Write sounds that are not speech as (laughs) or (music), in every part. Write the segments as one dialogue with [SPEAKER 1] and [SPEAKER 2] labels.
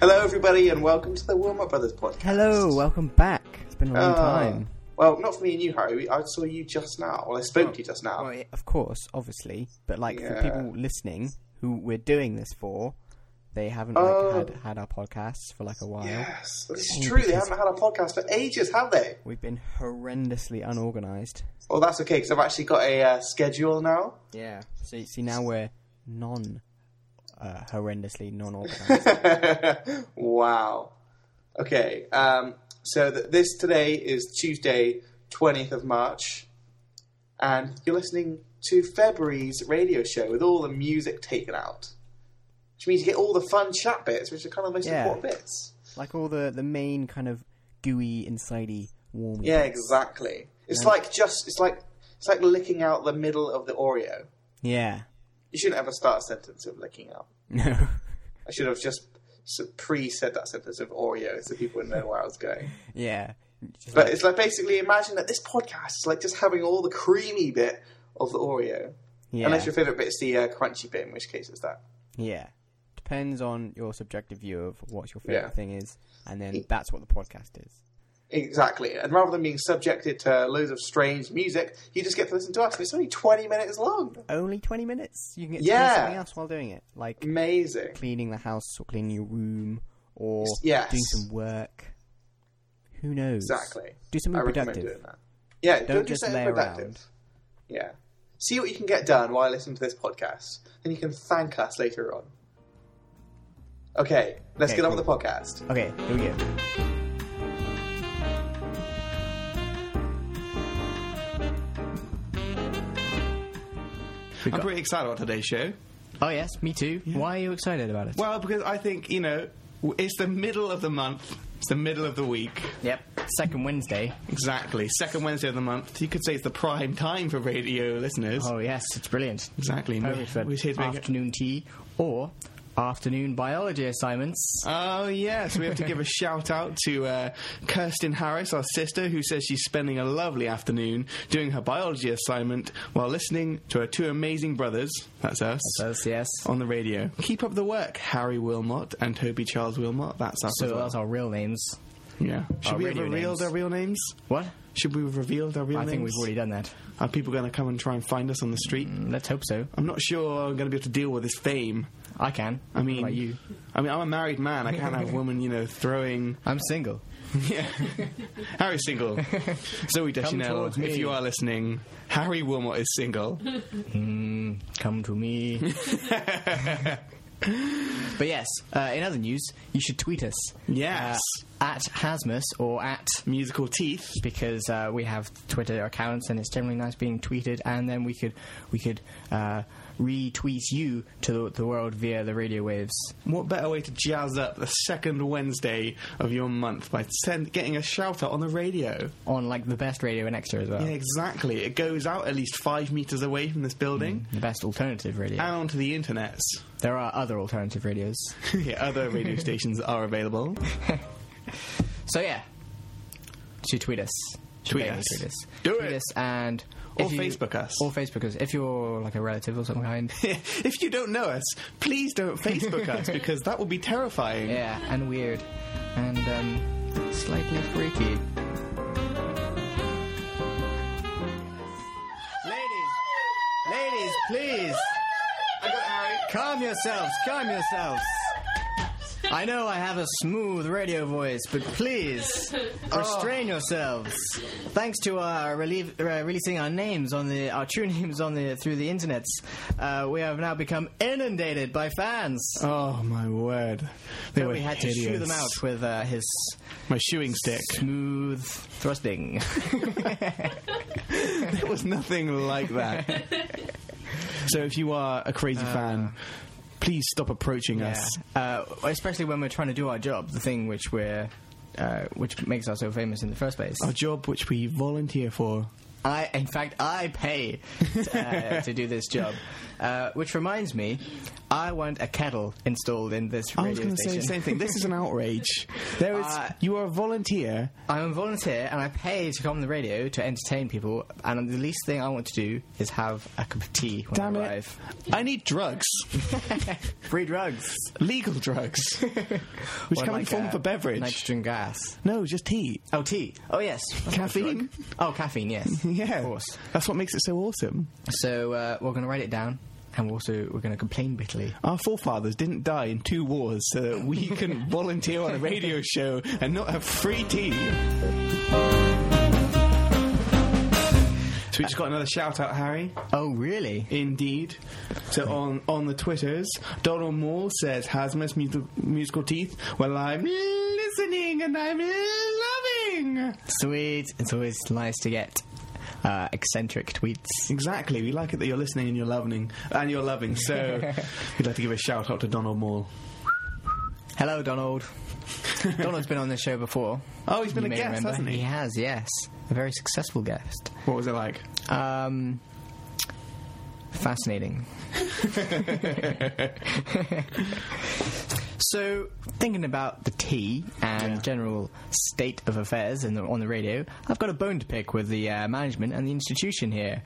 [SPEAKER 1] Hello, everybody, and welcome to the Warm Up Brothers podcast.
[SPEAKER 2] Hello, welcome back. It's been a long
[SPEAKER 1] Ah,
[SPEAKER 2] time.
[SPEAKER 1] Well, not for me and you, Harry. I saw you just now. Well, I spoke to you just now.
[SPEAKER 2] Well, yeah, of course, obviously, but like
[SPEAKER 1] Yeah.
[SPEAKER 2] for people listening who we're doing this for, they haven't like
[SPEAKER 1] Oh.
[SPEAKER 2] had, had our podcasts for like a while.
[SPEAKER 1] Yes, this is
[SPEAKER 2] Oh,
[SPEAKER 1] true. They
[SPEAKER 2] because-
[SPEAKER 1] haven't had a podcast for ages, have they?
[SPEAKER 2] We've been horrendously unorganized.
[SPEAKER 1] Well, that's okay because I've actually got a uh, schedule now. (laughs)
[SPEAKER 2] Yeah. So you see, now we're non, uh, horrendously
[SPEAKER 1] (laughs)
[SPEAKER 2] non-organized.
[SPEAKER 1] wow. Okay. Um, so th- this today is Tuesday, twentieth of March, and you're listening to February's radio show with all the music taken out, which means you get all the fun chat bits, which are kind of the most
[SPEAKER 2] Yeah.
[SPEAKER 1] important bits.
[SPEAKER 2] like all the the main kind of gooey, insidey, warm.
[SPEAKER 1] Yeah, exactly. It's like just it's like it's like licking out the middle of the Oreo.
[SPEAKER 2] Yeah.
[SPEAKER 1] You shouldn't ever start a sentence with licking out.
[SPEAKER 2] No.
[SPEAKER 1] I should have just pre said that sentence of Oreo so people would know where I was going.
[SPEAKER 2] (laughs) yeah. Just
[SPEAKER 1] But it's like basically imagine that this podcast is like just having all the creamy bit of the Oreo.
[SPEAKER 2] yeah.
[SPEAKER 1] Unless your favourite bit is the uh, crunchy bit, in which case it's that.
[SPEAKER 2] Yeah. Depends on your subjective view of what your favorite
[SPEAKER 1] Yeah.
[SPEAKER 2] thing is, and then that's what the podcast is.
[SPEAKER 1] Exactly. And rather than being subjected to loads of strange music, you just get to listen to us. And it's only 20 minutes long.
[SPEAKER 2] Only 20 minutes. You can get to
[SPEAKER 1] Yeah.
[SPEAKER 2] do something else while doing it, like
[SPEAKER 1] Amazing.
[SPEAKER 2] cleaning the house or cleaning your room or
[SPEAKER 1] Yes.
[SPEAKER 2] doing some work. Who knows?
[SPEAKER 1] Exactly.
[SPEAKER 2] Do something
[SPEAKER 1] I recommend
[SPEAKER 2] productive.
[SPEAKER 1] doing that. Yeah, don't, do
[SPEAKER 2] just
[SPEAKER 1] something
[SPEAKER 2] lay
[SPEAKER 1] productive.
[SPEAKER 2] around.
[SPEAKER 1] Yeah. See what you can get done while listening to this podcast. Then you can thank us later on. Okay, let's
[SPEAKER 2] Okay,
[SPEAKER 1] get on with the podcast.
[SPEAKER 2] Okay, here we go.
[SPEAKER 1] I'm pretty excited about today's show.
[SPEAKER 2] Oh, yes, me too. Why are you excited about it?
[SPEAKER 1] Well, because I think, you know, w- it's the middle of the month. It's the middle of the week.
[SPEAKER 2] yep, second Wednesday.
[SPEAKER 1] Exactly. Second Wednesday of the month. You could say it's the prime time for radio listeners.
[SPEAKER 3] Oh yes, it's brilliant.
[SPEAKER 1] exactly. and
[SPEAKER 3] Perfect for
[SPEAKER 1] we're here to make it-
[SPEAKER 3] afternoon tea or afternoon biology assignments.
[SPEAKER 1] Oh, yes. We have to give
[SPEAKER 3] (laughs)
[SPEAKER 1] a shout out to uh, Kirsten Harris, our sister, who says she's spending a lovely afternoon doing her biology assignment while listening to her two amazing brothers. That's us.
[SPEAKER 3] That's yes.
[SPEAKER 1] On the radio. Keep up the work, Harry Wilmot and Toby Charles Wilmot. That's us.
[SPEAKER 3] So
[SPEAKER 1] as well.
[SPEAKER 3] those are real names.
[SPEAKER 1] Yeah. Should
[SPEAKER 3] Our
[SPEAKER 1] we have
[SPEAKER 3] radio
[SPEAKER 1] revealed
[SPEAKER 3] names.
[SPEAKER 1] our real names?
[SPEAKER 3] What?
[SPEAKER 1] Should we have revealed our real
[SPEAKER 3] I
[SPEAKER 1] names?
[SPEAKER 3] think we've already Mm. done that.
[SPEAKER 1] Are people going to come and try and find us on the street?
[SPEAKER 3] Let's hope so.
[SPEAKER 1] I'm not sure I'm going to be able to deal with this fame.
[SPEAKER 3] I can.
[SPEAKER 1] I mean,
[SPEAKER 3] What about you.
[SPEAKER 1] I mean, I'm a married man. I can't
[SPEAKER 3] (laughs)
[SPEAKER 1] have women, you know, throwing.
[SPEAKER 3] I'm single.
[SPEAKER 1] Yeah, Harry's
[SPEAKER 3] (laughs)
[SPEAKER 1] single. Zoe Deschanel,
[SPEAKER 3] towards me.
[SPEAKER 1] if you are listening, Harry Wilmot is single.
[SPEAKER 3] Come
[SPEAKER 1] (laughs)
[SPEAKER 3] to me. but yes, uh, in other news, you should tweet us.
[SPEAKER 1] Yes.
[SPEAKER 3] Uh, at Hasmus or at
[SPEAKER 1] Musical teeth.
[SPEAKER 3] because uh, we have Twitter accounts and it's generally nice being tweeted, and then we could we could uh, retweet you to the, the world via the radio waves.
[SPEAKER 1] What better way to jazz up the second Wednesday of your month by send, getting a shout out on the radio?
[SPEAKER 3] on like the best radio in Exeter as well.
[SPEAKER 1] Yeah, exactly. It goes out at least five meters away from this building
[SPEAKER 3] The best alternative radio.
[SPEAKER 1] and onto the
[SPEAKER 3] (laughs)
[SPEAKER 1] internet.
[SPEAKER 3] there are other alternative radios.
[SPEAKER 1] yeah, other radio stations are
[SPEAKER 3] (laughs)
[SPEAKER 1] available.
[SPEAKER 3] So yeah, to tweet us. Should
[SPEAKER 1] Tweet
[SPEAKER 3] be able to
[SPEAKER 1] us.
[SPEAKER 3] tweet us.
[SPEAKER 1] Do
[SPEAKER 3] Tweet
[SPEAKER 1] it.
[SPEAKER 3] us and
[SPEAKER 1] Or
[SPEAKER 3] if you-
[SPEAKER 1] Facebook us.
[SPEAKER 3] Or Facebook us. If you're like a relative or some kind.
[SPEAKER 1] if you don't know us, please don't Facebook us
[SPEAKER 3] (laughs)
[SPEAKER 1] because that would be terrifying.
[SPEAKER 3] yeah, and weird, and um, slightly freaky.
[SPEAKER 2] Ladies, ladies, please,
[SPEAKER 1] I got Harry.
[SPEAKER 2] calm yourselves, calm yourselves.
[SPEAKER 3] I know I have a smooth radio voice, but
[SPEAKER 1] (laughs)
[SPEAKER 3] please restrain
[SPEAKER 1] Oh.
[SPEAKER 3] yourselves. Thanks to our relief, uh, releasing our names on the our true (laughs) names on the through the internets, uh, we have now become inundated by fans.
[SPEAKER 1] Oh my word! They
[SPEAKER 3] So
[SPEAKER 1] were
[SPEAKER 3] we had to
[SPEAKER 1] hideous.
[SPEAKER 3] shoo them out with uh, his
[SPEAKER 1] My shoeing stick.
[SPEAKER 3] smooth thrusting.
[SPEAKER 1] (laughs) It was nothing like
[SPEAKER 3] (laughs)
[SPEAKER 1] that. so if you are a crazy fan, please stop approaching
[SPEAKER 3] Uh. Yeah.
[SPEAKER 1] us.
[SPEAKER 3] Uh, especially when we're trying to do our job, the thing which we're. Uh, which makes us so famous in the first place.
[SPEAKER 1] Our job, which we volunteer for.
[SPEAKER 3] I, in fact, I pay to, uh, to do this job. Uh, which reminds me, I want a kettle installed in this
[SPEAKER 1] I was
[SPEAKER 3] radio
[SPEAKER 1] going to say
[SPEAKER 3] station.
[SPEAKER 1] the same thing. This is an
[SPEAKER 3] (laughs)
[SPEAKER 1] outrage. There is
[SPEAKER 3] Uh,
[SPEAKER 1] you are a volunteer.
[SPEAKER 3] I'm a volunteer and I pay to come on the radio to entertain people, and the least thing I want to do is have a cup of tea when
[SPEAKER 1] Damn
[SPEAKER 3] I
[SPEAKER 1] it!
[SPEAKER 3] arrive.
[SPEAKER 1] I need drugs,
[SPEAKER 3] (laughs) Free drugs.
[SPEAKER 1] legal drugs,
[SPEAKER 3] (laughs)
[SPEAKER 1] which
[SPEAKER 3] Or
[SPEAKER 1] come in
[SPEAKER 3] like,
[SPEAKER 1] the form
[SPEAKER 3] uh,
[SPEAKER 1] of a beverage.
[SPEAKER 3] Nitrogen gas.
[SPEAKER 1] No, just tea.
[SPEAKER 3] Oh, tea. Oh, yes. That's not a
[SPEAKER 1] Caffeine?
[SPEAKER 3] drug. Oh, caffeine, yes.
[SPEAKER 1] (laughs) Yeah,
[SPEAKER 3] Of course.
[SPEAKER 1] That's what makes it so awesome.
[SPEAKER 3] So uh, we're going to write it down, and we're also we're going to complain bitterly.
[SPEAKER 1] Our forefathers didn't die in two wars, so that
[SPEAKER 3] (laughs)
[SPEAKER 1] we can volunteer on a radio show and not have free tea. So we just got another shout out, Harry.
[SPEAKER 3] Oh, really?
[SPEAKER 1] Indeed. So on on the twitters, Donald Moore says Hazmas musical, musical teeth. Well, I'm listening and I'm loving.
[SPEAKER 3] Sweet. It's always nice to get uh, eccentric tweets.
[SPEAKER 1] Exactly. We like it that you're listening and you're loving and you're loving. So
[SPEAKER 3] (laughs)
[SPEAKER 1] we'd like to give a shout out to Donald Moore. (laughs)
[SPEAKER 3] Hello, Donald. Donald's been on this show before.
[SPEAKER 1] Oh, he's been
[SPEAKER 3] You
[SPEAKER 1] a
[SPEAKER 3] may
[SPEAKER 1] guest,
[SPEAKER 3] remember.
[SPEAKER 1] hasn't he?
[SPEAKER 3] He has, yes. A very successful guest.
[SPEAKER 1] What was it like?
[SPEAKER 3] Um, fascinating. so, thinking about the tea and general state of affairs in the, on the radio, I've got a bone to pick with the uh, management and the institution here.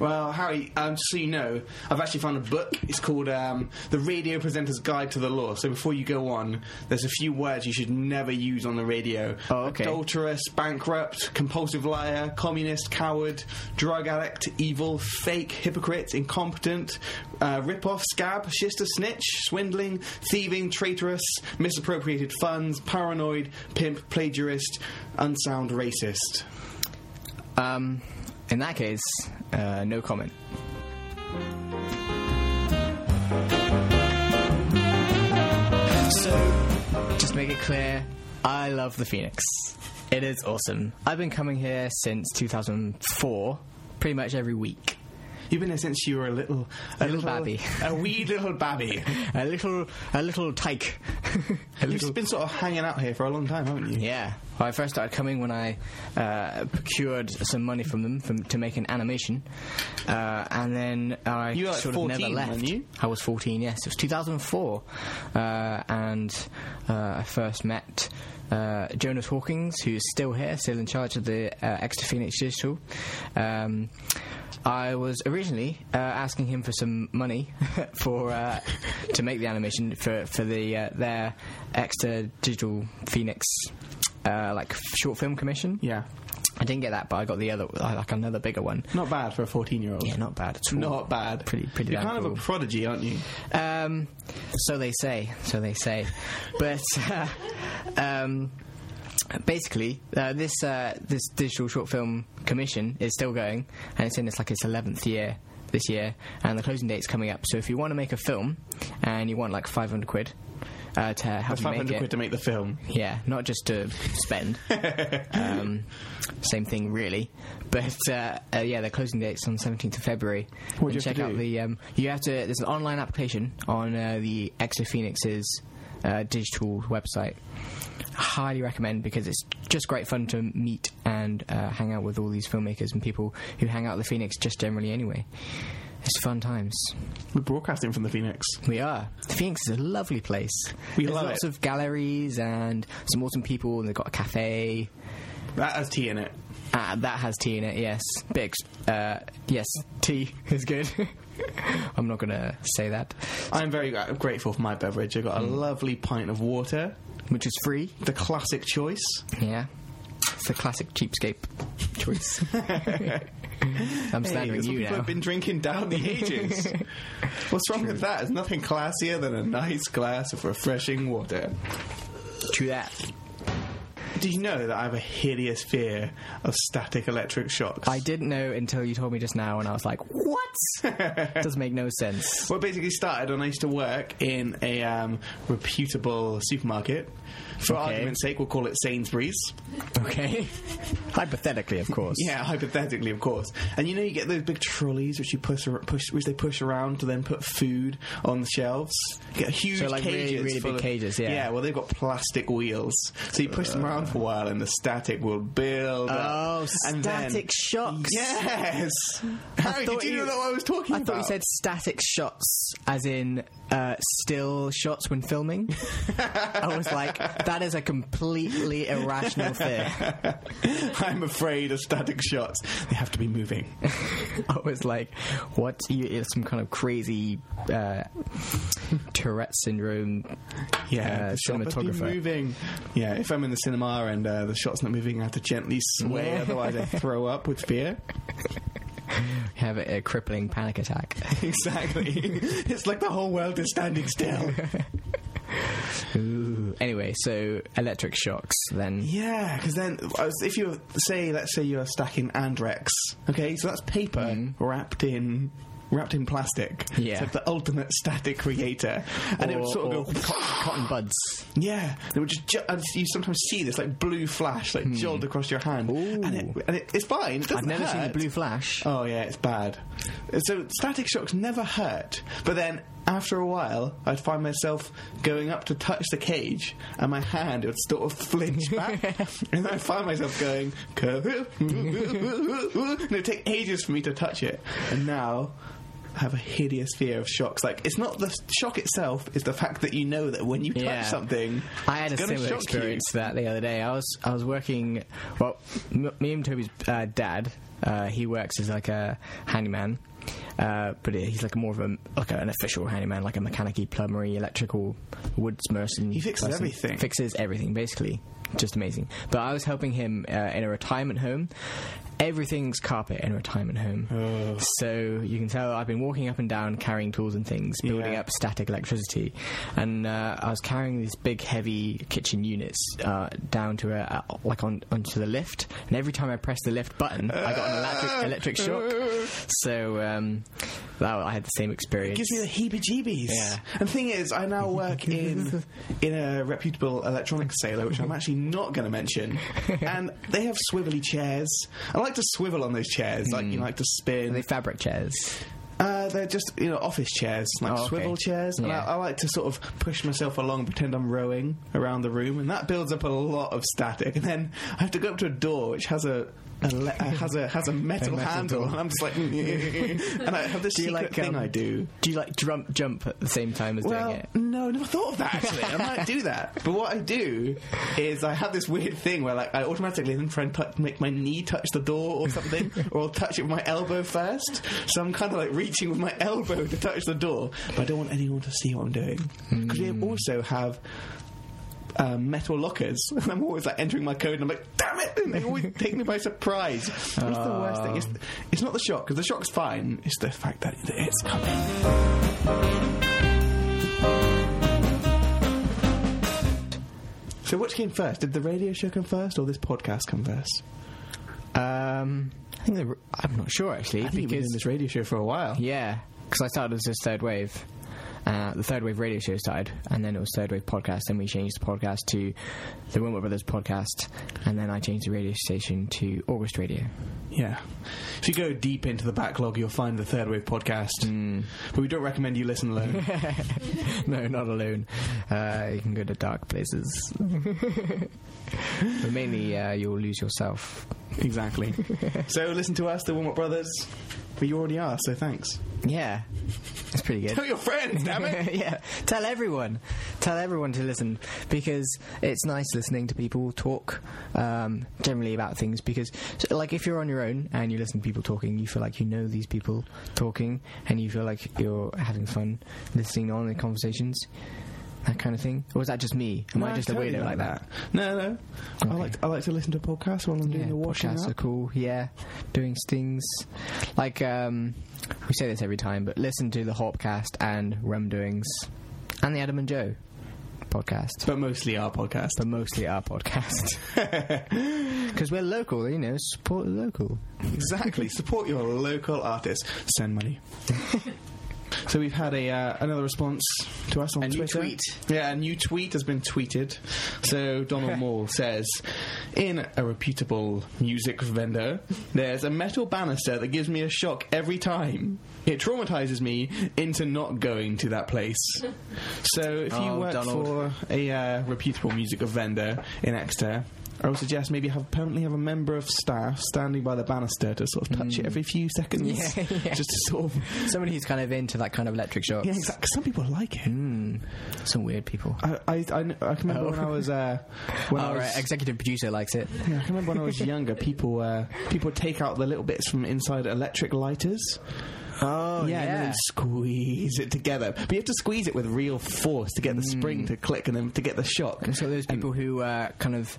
[SPEAKER 1] Well, Harry, um, just so you know, I've actually found a book. It's called um, The Radio Presenter's Guide to the Law. So before you go on, there's a few words you should never use on the radio.
[SPEAKER 3] Oh, okay.
[SPEAKER 1] Adulterous, bankrupt, compulsive liar, communist, coward, drug addict, evil, fake, hypocrite, incompetent, uh, rip-off, scab, shister, snitch, swindling, thieving, traitorous, misappropriated funds, paranoid, pimp, plagiarist, unsound racist.
[SPEAKER 3] Um, in that case, uh, no comment. So, just make it clear, I love the Phoenix. It is awesome. I've been coming here since 2004, pretty much every week. (laughs)
[SPEAKER 1] You've been there since you were a little, a
[SPEAKER 3] Little babby.
[SPEAKER 1] (laughs) a wee little
[SPEAKER 3] (laughs)
[SPEAKER 1] babby.
[SPEAKER 3] A little, a little tyke. (laughs) a
[SPEAKER 1] You've been sort of hanging out here for a long time, haven't you?
[SPEAKER 3] Yeah. Well, I first started coming when I uh, procured some money from them from, to make an animation, uh, and then I
[SPEAKER 1] You were, like,
[SPEAKER 3] sort of
[SPEAKER 1] 14,
[SPEAKER 3] never left.
[SPEAKER 1] weren't you?
[SPEAKER 3] I was 14. Yes, it was 2004, uh, and uh, I first met. Uh, Jonas Hawkins, who's still here, still in charge of the uh, Extra Phoenix Digital. Um, I was originally uh, asking him for some money (laughs) for uh, to make the animation for for the uh, their Extra Digital Phoenix uh, like short film commission.
[SPEAKER 1] Yeah.
[SPEAKER 3] I didn't get that, but I got the other like another bigger one.
[SPEAKER 1] Not bad for a 14 year old.
[SPEAKER 3] Yeah, not bad at all.
[SPEAKER 1] Not bad.
[SPEAKER 3] Pretty pretty.
[SPEAKER 1] You're
[SPEAKER 3] damn
[SPEAKER 1] kind of
[SPEAKER 3] cool.
[SPEAKER 1] a prodigy, aren't you?
[SPEAKER 3] Um, so they say. So they say. but (laughs) uh, um, basically, uh, this uh, this digital short film commission is still going, and it's in its like its eleventh year this year, and the closing date's coming up. So if you want to make a film, and you want like five hundred quid. Uh, to help
[SPEAKER 1] That's
[SPEAKER 3] you make
[SPEAKER 1] 500
[SPEAKER 3] it,
[SPEAKER 1] quid to make the film.
[SPEAKER 3] yeah, not just to spend. um, same thing, really. But uh, uh, yeah, their closing date's on 17th of February.
[SPEAKER 1] What do you
[SPEAKER 3] And
[SPEAKER 1] have
[SPEAKER 3] check
[SPEAKER 1] to
[SPEAKER 3] out
[SPEAKER 1] do?
[SPEAKER 3] the. Um, you have to. There's an online application on uh, the Exo Phoenix's uh, digital website. Highly recommend because it's just great fun to meet and uh, hang out with all these filmmakers and people who hang out at the Phoenix just generally anyway. It's fun times.
[SPEAKER 1] We're broadcasting from the Phoenix.
[SPEAKER 3] We are. The Phoenix is a lovely place.
[SPEAKER 1] We
[SPEAKER 3] There's
[SPEAKER 1] love
[SPEAKER 3] lots
[SPEAKER 1] it.
[SPEAKER 3] of galleries and some awesome people, and they've got a cafe.
[SPEAKER 1] That has tea in it.
[SPEAKER 3] Uh, that has tea in it, yes. Big, uh, yes, tea (laughs) is good. I'm not going to say that.
[SPEAKER 1] I'm very gra- grateful for my beverage. I
[SPEAKER 3] Mm.
[SPEAKER 1] got a lovely pint of water,
[SPEAKER 3] Which is free.
[SPEAKER 1] the classic choice.
[SPEAKER 3] Yeah. It's the classic cheapskate choice. (laughs) I'm
[SPEAKER 1] Hey,
[SPEAKER 3] slandering
[SPEAKER 1] that's what
[SPEAKER 3] you
[SPEAKER 1] people
[SPEAKER 3] now.
[SPEAKER 1] have been drinking down the
[SPEAKER 3] (laughs)
[SPEAKER 1] ages. What's wrong with that? There's nothing classier than a nice glass of refreshing water.
[SPEAKER 3] True that.
[SPEAKER 1] Do you know that I have a hideous fear of static electric shocks?
[SPEAKER 3] I didn't know until you told me just now, and I was like, what?
[SPEAKER 1] (laughs)
[SPEAKER 3] Doesn't make no sense.
[SPEAKER 1] Well, it basically started when I used to work in a um, reputable supermarket. For
[SPEAKER 3] Okay.
[SPEAKER 1] argument's sake, we'll call it Sainsbury's.
[SPEAKER 3] Okay. Hypothetically, of course.
[SPEAKER 1] Yeah, hypothetically, of course. And you know, you get those big trolleys which you push, ar- push which they push around to then put food on the shelves. You get huge
[SPEAKER 3] So, like, really,
[SPEAKER 1] cages,
[SPEAKER 3] really
[SPEAKER 1] full
[SPEAKER 3] big
[SPEAKER 1] of-
[SPEAKER 3] cages, yeah.
[SPEAKER 1] Yeah, Uh. well, they've got plastic wheels, so you push them around for a while, and the static will build. up.
[SPEAKER 3] Oh,
[SPEAKER 1] And then-
[SPEAKER 3] static shocks.
[SPEAKER 1] Yes. Harry,
[SPEAKER 3] thought
[SPEAKER 1] did you know
[SPEAKER 3] you-
[SPEAKER 1] that what I was talking
[SPEAKER 3] I
[SPEAKER 1] about.
[SPEAKER 3] thought you said static shots, as in uh, still shots when filming. I was like, that is a completely irrational thing.
[SPEAKER 1] (laughs) I'm afraid of static shots. They have to be
[SPEAKER 3] (laughs)
[SPEAKER 1] moving.
[SPEAKER 3] I was like, what? You, it's some kind of crazy uh, Tourette syndrome.
[SPEAKER 1] Yeah, (laughs)
[SPEAKER 3] uh,
[SPEAKER 1] the shot must be
[SPEAKER 3] cinematographer.
[SPEAKER 1] moving. Yeah, if I'm in the cinema and uh, the shot's not moving, I have to gently sway,
[SPEAKER 3] Yeah.
[SPEAKER 1] otherwise I throw up with fear. (laughs)
[SPEAKER 3] Have a, a crippling panic attack.
[SPEAKER 1] exactly. (laughs) it's like the whole world is standing
[SPEAKER 3] (laughs)
[SPEAKER 1] still.
[SPEAKER 3] Ooh. Anyway, so electric shocks then.
[SPEAKER 1] Yeah, because then uh, if you say, let's say you are stacking Andrex, okay, so that's paper wrapped in wrapped in plastic.
[SPEAKER 3] Mm-hmm. Yeah.
[SPEAKER 1] so the ultimate static creator, and it would
[SPEAKER 3] Or-
[SPEAKER 1] sort of
[SPEAKER 3] or
[SPEAKER 1] go.
[SPEAKER 3] cotton buds.
[SPEAKER 1] Yeah, it would just ju- and you sometimes see this like blue flash like jolt across your hand, and, it, and it, it's fine. It
[SPEAKER 3] Hmm. I've
[SPEAKER 1] doesn't
[SPEAKER 3] never seen a
[SPEAKER 1] hurt.
[SPEAKER 3] blue flash.
[SPEAKER 1] Oh yeah, it's bad. So static shocks never hurt, but then after a while, I'd find myself going up to touch the cage, and my hand would sort of
[SPEAKER 3] (laughs)
[SPEAKER 1] flinch back, and I'd find myself going, (laughs) and it'd take ages for me to touch it. And now. I have a hideous fear of shocks. Like it's not the shock itself; it's the fact that you know that when you touch
[SPEAKER 3] Yeah.
[SPEAKER 1] something,
[SPEAKER 3] I had a
[SPEAKER 1] it's gonna
[SPEAKER 3] similar
[SPEAKER 1] shock you.
[SPEAKER 3] experience to that the other day. I was I was working. Well, m- me and Toby's uh, dad. Uh, he works as like a handyman, uh, but he's like more of a like an official handyman, like a mechanic, plumbery, electrical, woodsperson.
[SPEAKER 1] He fixes everything.
[SPEAKER 3] Fixes everything, basically. Just amazing. But I was helping him uh, in a retirement home. Everything's carpet in a retirement home.
[SPEAKER 1] Oh.
[SPEAKER 3] So you can tell I've been walking up and down carrying tools and things, building
[SPEAKER 1] Yeah.
[SPEAKER 3] up static electricity. And uh, I was carrying these big, heavy kitchen units uh, down to a, uh, like on onto the lift. And every time I pressed the lift button, I got
[SPEAKER 1] (laughs)
[SPEAKER 3] an electric, electric shock. So um, that, I had the same experience.
[SPEAKER 1] gives me the heebie-jeebies.
[SPEAKER 3] Yeah.
[SPEAKER 1] And the thing is, I now
[SPEAKER 3] (laughs)
[SPEAKER 1] work in in a reputable electronics sailor, which I'm actually not going to
[SPEAKER 3] (laughs)
[SPEAKER 1] mention. And they have swivelly chairs. I like to swivel on those chairs, like you like to
[SPEAKER 3] Hmm. Are they
[SPEAKER 1] spin.
[SPEAKER 3] fabric chairs?
[SPEAKER 1] Uh, they're just you know office chairs, like
[SPEAKER 3] Oh, okay.
[SPEAKER 1] swivel chairs. And
[SPEAKER 3] Yeah.
[SPEAKER 1] I, I like to sort of push myself along, pretend I'm rowing around the room, and that builds up a lot of static. And then I have to go up to a door which has a. A le- uh, has a
[SPEAKER 3] (laughs)
[SPEAKER 1] has a metal,
[SPEAKER 3] metal
[SPEAKER 1] handle,
[SPEAKER 3] door.
[SPEAKER 1] and I'm just
[SPEAKER 3] (laughs)
[SPEAKER 1] like, (laughs) and I have this
[SPEAKER 3] Do you
[SPEAKER 1] secret
[SPEAKER 3] like,
[SPEAKER 1] thing
[SPEAKER 3] um,
[SPEAKER 1] I do.
[SPEAKER 3] Do you like jump jump at the same time as
[SPEAKER 1] Well,
[SPEAKER 3] doing it?
[SPEAKER 1] no, I never thought of that actually. I might do
[SPEAKER 3] (laughs)
[SPEAKER 1] that. But what I do is I have this weird thing where like I automatically then try and touch, make my knee touch the door or
[SPEAKER 3] (laughs)
[SPEAKER 1] something, or I'll touch it with my elbow first. So I'm kind of like reaching with my (laughs) elbow to touch the door, but I don't want anyone to see what I'm doing.
[SPEAKER 3] Hmm.
[SPEAKER 1] Because we also have. Uh, metal lockers, (laughs) and I'm always like entering my code, and I'm like, "Damn it!" And they always (laughs) take me by surprise. That's the worst thing. It's, it's not the shock because the shock's fine. It's the fact that it's coming. So which came first? Did the radio show come first or this podcast come first?
[SPEAKER 3] Um, I think the, I'm not sure actually
[SPEAKER 1] I think you've been doing
[SPEAKER 3] because
[SPEAKER 1] this radio show for a while.
[SPEAKER 3] yeah, because I started as just third wave. Uh, the third wave radio show started, and then it was third wave podcast. Then we changed the podcast to the Wilmot Brothers podcast, and then I changed the radio station to August Radio. (laughs)
[SPEAKER 1] Yeah. If you go deep into the backlog, you'll find the Third Wave podcast. But we don't recommend you listen alone.
[SPEAKER 3] no, not alone. Uh, you can go to dark places, (laughs) but mainly uh, you'll lose yourself.
[SPEAKER 1] (laughs) exactly. so listen to us, the Warm Up Brothers. But you already are, so thanks.
[SPEAKER 3] Yeah, that's pretty good.
[SPEAKER 1] Tell your friends, damn (laughs) it!
[SPEAKER 3] (laughs) yeah, tell everyone, tell everyone to listen because it's nice listening to people talk um, generally about things. Because, so, like, if you're on your own and you listen to people talking, you feel like you know these people talking, and you feel like you're having fun listening on the conversations, that kind of thing. Or is that just me? Am I
[SPEAKER 1] No,
[SPEAKER 3] just a
[SPEAKER 1] totally
[SPEAKER 3] weirdo
[SPEAKER 1] not
[SPEAKER 3] like that?
[SPEAKER 1] No, no. I
[SPEAKER 3] Okay.
[SPEAKER 1] like to, I like to listen to podcasts while I'm doing
[SPEAKER 3] Yeah,
[SPEAKER 1] the washing
[SPEAKER 3] podcasts are
[SPEAKER 1] up.
[SPEAKER 3] cool. Yeah, doing things like um, we say this every time, but listen to the Hopcast and Rum Doings and the Adam and Joe podcast,
[SPEAKER 1] But mostly our podcast.
[SPEAKER 3] but mostly our
[SPEAKER 1] (laughs)
[SPEAKER 3] podcast because we're local. You know, support the local.
[SPEAKER 1] Exactly. Support your local artists. Send
[SPEAKER 3] (laughs)
[SPEAKER 1] money. so we've had a uh, another response to us on
[SPEAKER 3] A new
[SPEAKER 1] Twitter.
[SPEAKER 3] tweet.
[SPEAKER 1] Yeah, a new tweet has been tweeted. So
[SPEAKER 3] (laughs)
[SPEAKER 1] Donald Moore says, in a reputable music vendor, there's a metal banister that gives me a shock every time. It traumatizes me into not going to that
[SPEAKER 3] (laughs)
[SPEAKER 1] place. So if you
[SPEAKER 3] Oh,
[SPEAKER 1] work
[SPEAKER 3] Donald.
[SPEAKER 1] for a uh, reputable music vendor in Exeter. I would suggest maybe have apparently have a member of staff standing by the banister to sort of touch it every few seconds,
[SPEAKER 3] Mm. (laughs) Yeah, yeah.
[SPEAKER 1] just to sort of.
[SPEAKER 3] Somebody who's kind of into that kind of electric shock. Hmm,
[SPEAKER 1] Yeah, exactly. Some people like it.
[SPEAKER 3] Some weird people.
[SPEAKER 1] I, I, I, kn- I can remember
[SPEAKER 3] Mm.
[SPEAKER 1] when
[SPEAKER 3] Oh.
[SPEAKER 1] I was uh, when I
[SPEAKER 3] Our
[SPEAKER 1] was
[SPEAKER 3] uh, executive producer likes it.
[SPEAKER 1] Yeah, I can remember when I
[SPEAKER 3] (laughs)
[SPEAKER 1] was younger, people uh, people take out the little bits from inside electric lighters.
[SPEAKER 3] Oh
[SPEAKER 1] and then squeeze it together. But you have to squeeze it with real force to get the
[SPEAKER 3] Mm.
[SPEAKER 1] spring to click and then to get the shock.
[SPEAKER 3] And so those people who uh, kind of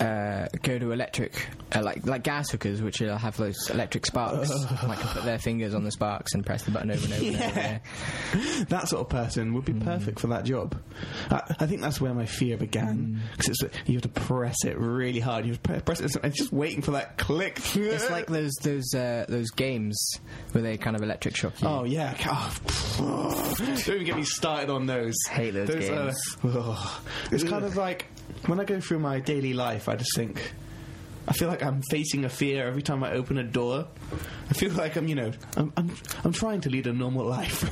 [SPEAKER 3] uh, go to electric, uh, like like gas hookers, which uh, have those electric (laughs) sparks, like can put their fingers on the sparks and press the button over and (laughs) over. And over
[SPEAKER 1] Yeah.
[SPEAKER 3] again.
[SPEAKER 1] (laughs) That sort of person would be
[SPEAKER 3] Mm.
[SPEAKER 1] perfect for that job. I, I think that's where my fear began
[SPEAKER 3] Mm.
[SPEAKER 1] because you have to press it really hard. You have to pre- press it, and just waiting for that click.
[SPEAKER 3] (laughs) It's like those those uh, those games where they kind of electric shock you.
[SPEAKER 1] Oh yeah!
[SPEAKER 3] (sighs)
[SPEAKER 1] Oh, don't even get me started on those.
[SPEAKER 3] Hate those uh, games.
[SPEAKER 1] Are, ugh. (sighs) it's kind of like when I go through my daily life, I just think. I feel like I'm facing a fear every time I open a door. I feel like I'm, you know, I'm, I'm, I'm trying to lead a normal life.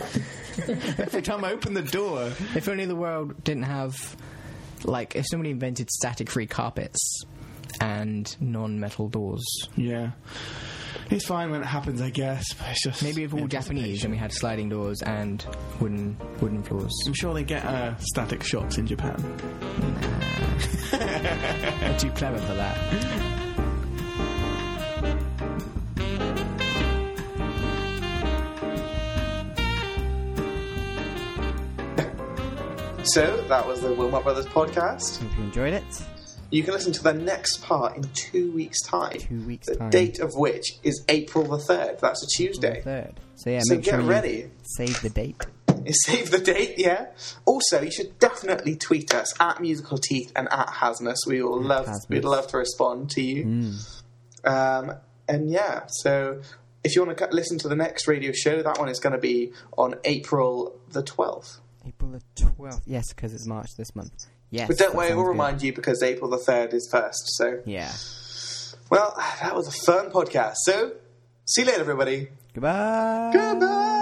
[SPEAKER 1] (laughs) every time I open the door,
[SPEAKER 3] If only the world didn't have, like, if somebody invented static-free carpets and non-metal doors.
[SPEAKER 1] yeah, it's fine when it happens, I guess. But it's just
[SPEAKER 3] Maybe if all Japanese and we had sliding doors and wooden wooden floors.
[SPEAKER 1] I'm sure they get uh, static shocks in Japan.
[SPEAKER 3] They're too clever for that.
[SPEAKER 4] So that was the Wilmot Brothers podcast.
[SPEAKER 2] Hope you enjoyed it.
[SPEAKER 4] You can listen to the next part in two weeks' time.
[SPEAKER 2] Two weeks'
[SPEAKER 4] The
[SPEAKER 2] time.
[SPEAKER 4] date of which is April the third. That's a Tuesday.
[SPEAKER 2] Third. So yeah,
[SPEAKER 4] So
[SPEAKER 2] make
[SPEAKER 4] get
[SPEAKER 2] sure you
[SPEAKER 4] ready.
[SPEAKER 2] Save the date.
[SPEAKER 4] Save the date, yeah. Also, you should definitely tweet us at Musical Teeth and at Hasmus. We will love,
[SPEAKER 2] Hasmus.
[SPEAKER 4] we'd love to respond to you. Um, and yeah, so if you want to listen to the next radio show, that one is going to be on April the twelfth.
[SPEAKER 2] April the twelfth. Yes, because it's March this month. Yes.
[SPEAKER 4] But don't
[SPEAKER 2] that
[SPEAKER 4] worry,
[SPEAKER 2] sounds
[SPEAKER 4] we'll
[SPEAKER 2] good.
[SPEAKER 4] remind you because April the third is first. So
[SPEAKER 2] Yeah.
[SPEAKER 4] well, that was a fun podcast. So see you later, everybody.
[SPEAKER 2] Goodbye.
[SPEAKER 4] Goodbye.